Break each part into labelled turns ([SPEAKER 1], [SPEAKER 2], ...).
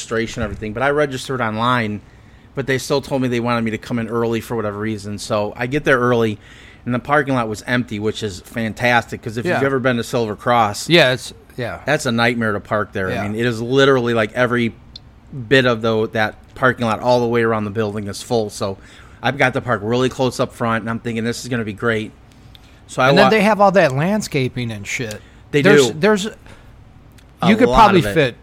[SPEAKER 1] registration and everything, but I registered online, but they still told me they wanted me to come in early for whatever reason. So I get there early, and the parking lot was empty, which is fantastic because if
[SPEAKER 2] Yeah.
[SPEAKER 1] you've ever been to Silver Cross,
[SPEAKER 2] Yeah, it's yeah.
[SPEAKER 1] that's a nightmare to park there.
[SPEAKER 2] Yeah.
[SPEAKER 1] I mean, it is literally like every bit of though that parking lot all the way around the building is full. So I've got to park really close up front, and I'm thinking this is going to be great. So I
[SPEAKER 2] and
[SPEAKER 1] wa-
[SPEAKER 2] then they have all that landscaping and shit.
[SPEAKER 1] They
[SPEAKER 2] there's,
[SPEAKER 1] do.
[SPEAKER 2] There's,
[SPEAKER 1] A
[SPEAKER 2] you could
[SPEAKER 1] lot
[SPEAKER 2] probably
[SPEAKER 1] of it.
[SPEAKER 2] fit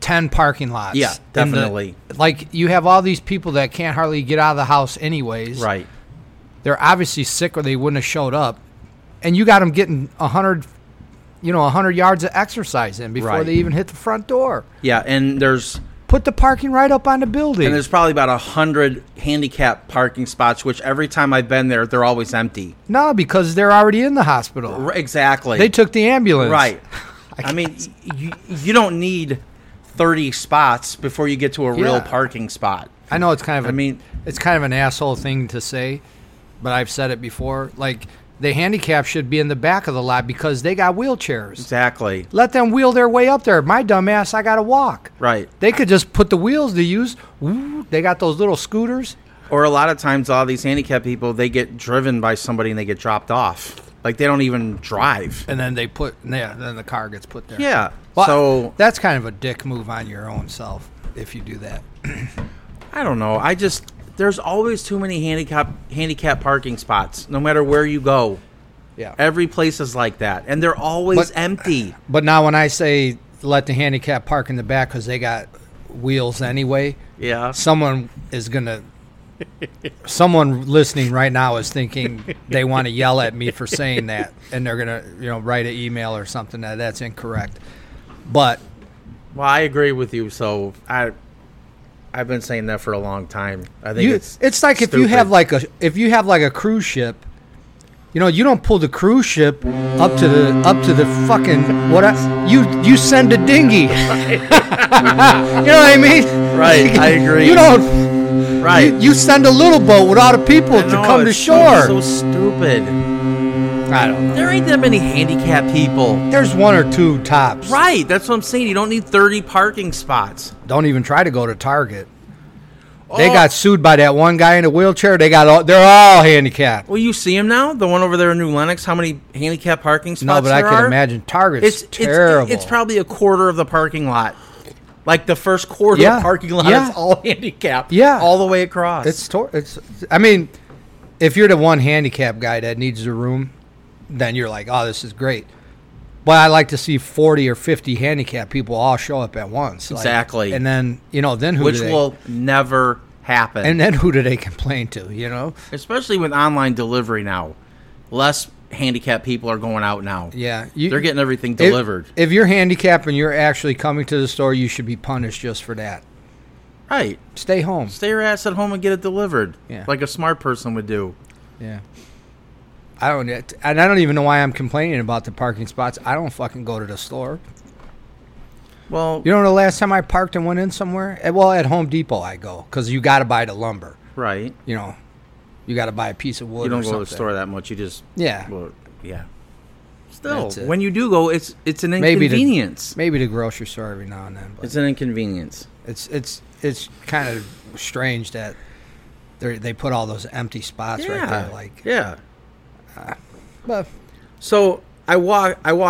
[SPEAKER 2] ten parking lots.
[SPEAKER 1] Yeah,
[SPEAKER 2] in the-
[SPEAKER 1] definitely.
[SPEAKER 2] like you have all these people that can't hardly get out of the house anyways.
[SPEAKER 1] right.
[SPEAKER 2] They're obviously sick or they wouldn't have showed up, and you got them getting hundred, you know, hundred yards of exercise in before
[SPEAKER 1] Right.
[SPEAKER 2] they even hit the front door.
[SPEAKER 1] Yeah, and there's
[SPEAKER 2] Put the parking right up on the building.
[SPEAKER 1] And there's probably about a hundred handicap parking spots, which every time I've been there, they're always empty.
[SPEAKER 2] no, because they're already in the hospital.
[SPEAKER 1] R- exactly.
[SPEAKER 2] They took the ambulance.
[SPEAKER 1] right. I, mean, you, you don't need thirty spots before you get to a
[SPEAKER 2] Yeah.
[SPEAKER 1] real parking spot.
[SPEAKER 2] I know it's kind of.
[SPEAKER 1] I
[SPEAKER 2] a-
[SPEAKER 1] mean-
[SPEAKER 2] it's kind of an asshole thing to say, but I've said it before. Like the handicap should be in the back of the lot because they got wheelchairs.
[SPEAKER 1] Exactly.
[SPEAKER 2] Let them wheel their way up there. My dumb ass, I gotta walk.
[SPEAKER 1] Right.
[SPEAKER 2] They could just put the wheels to use. Woo, they got those little scooters.
[SPEAKER 1] Or a lot of times, all these handicapped people they get driven by somebody and they get dropped off. Like they don't even drive.
[SPEAKER 2] And then they put, yeah, then the car gets put there.
[SPEAKER 1] Yeah.
[SPEAKER 2] Well,
[SPEAKER 1] so
[SPEAKER 2] that's kind of a dick move on your own self if you do that.
[SPEAKER 1] I don't know. I just there's always too many handicap handicap parking spots, no matter where you go.
[SPEAKER 2] Yeah.
[SPEAKER 1] Every place is like that, and they're always
[SPEAKER 2] But-
[SPEAKER 1] empty.
[SPEAKER 2] But now when I say let the handicap park in the back because they got wheels anyway,
[SPEAKER 1] Yeah.
[SPEAKER 2] someone is gonna. someone listening right now is thinking they want to yell at me for saying that, and they're gonna, you know, write an email or something that that's incorrect. But
[SPEAKER 1] Well, I agree with you. So I, I've been saying that for a long time. I think
[SPEAKER 2] you,
[SPEAKER 1] it's
[SPEAKER 2] it's, like if you have
[SPEAKER 1] stupid.
[SPEAKER 2] like a if you have like a cruise ship, you know, you don't pull the cruise ship up to the up to the fucking what I, you you send a dinghy. you know what I mean?
[SPEAKER 1] right. I agree.
[SPEAKER 2] You don't.
[SPEAKER 1] right.
[SPEAKER 2] You, you send a little boat with all the people
[SPEAKER 1] I
[SPEAKER 2] to
[SPEAKER 1] know,
[SPEAKER 2] come to
[SPEAKER 1] it's so-
[SPEAKER 2] shore.
[SPEAKER 1] So, stupid.
[SPEAKER 2] I don't know.
[SPEAKER 1] There ain't that many handicapped people.
[SPEAKER 2] There's one or two tops.
[SPEAKER 1] Right. That's what I'm saying. You don't need 30 parking spots.
[SPEAKER 2] Don't even try to go to Target. They
[SPEAKER 1] Oh,
[SPEAKER 2] got sued by that one guy in a wheelchair. They got all. They're all handicapped.
[SPEAKER 1] Well, you see him now. The one over there in New Lenox. How many handicapped parking spots?
[SPEAKER 2] No, but I
[SPEAKER 1] there
[SPEAKER 2] can
[SPEAKER 1] are?
[SPEAKER 2] imagine Target's
[SPEAKER 1] It's it's-
[SPEAKER 2] terrible.
[SPEAKER 1] It's, probably a quarter of the parking lot. Like the first quarter of
[SPEAKER 2] Yeah,
[SPEAKER 1] the parking lot
[SPEAKER 2] yeah.
[SPEAKER 1] is all handicapped.
[SPEAKER 2] Yeah.
[SPEAKER 1] All the way across.
[SPEAKER 2] It's tor- it's. I mean, if you're the one handicap guy that needs the room, then you're like, oh, this is great. But I like to see forty or fifty handicap people all show up at once. like-
[SPEAKER 1] Exactly.
[SPEAKER 2] and then you know, then who
[SPEAKER 1] which
[SPEAKER 2] do they,
[SPEAKER 1] will never happen.
[SPEAKER 2] and then who do they complain to? You know.
[SPEAKER 1] especially with online delivery now. Less handicapped people are going out now.
[SPEAKER 2] Yeah, you,
[SPEAKER 1] They're getting everything
[SPEAKER 2] if-
[SPEAKER 1] delivered.
[SPEAKER 2] If, you're handicapped and you're actually coming to the store, you should be punished just for that.
[SPEAKER 1] right.
[SPEAKER 2] Stay home.
[SPEAKER 1] Stay your ass at home and get it delivered.
[SPEAKER 2] Yeah.
[SPEAKER 1] Like a smart person would do.
[SPEAKER 2] Yeah. I don't, and I don't even know why I'm complaining about the parking spots. I don't fucking go to the store.
[SPEAKER 1] Well,
[SPEAKER 2] You know the last time I parked and went in somewhere? Eh, Well, at Home Depot I go because you got to buy the lumber.
[SPEAKER 1] right.
[SPEAKER 2] You know, you got to buy a piece of wood.
[SPEAKER 1] You don't
[SPEAKER 2] or
[SPEAKER 1] go to the
[SPEAKER 2] something.
[SPEAKER 1] store that much. You just
[SPEAKER 2] Yeah.
[SPEAKER 1] Well, yeah. Still,
[SPEAKER 2] That's it.
[SPEAKER 1] when you do go, it's it's an
[SPEAKER 2] Maybe
[SPEAKER 1] inconvenience.
[SPEAKER 2] the maybe the grocery store every now and then. But
[SPEAKER 1] it's an inconvenience.
[SPEAKER 2] it's it's it's kind of strange that they they put all those empty spots
[SPEAKER 1] yeah.
[SPEAKER 2] right there. Like,
[SPEAKER 1] yeah.
[SPEAKER 2] but
[SPEAKER 1] So I walk. I walk.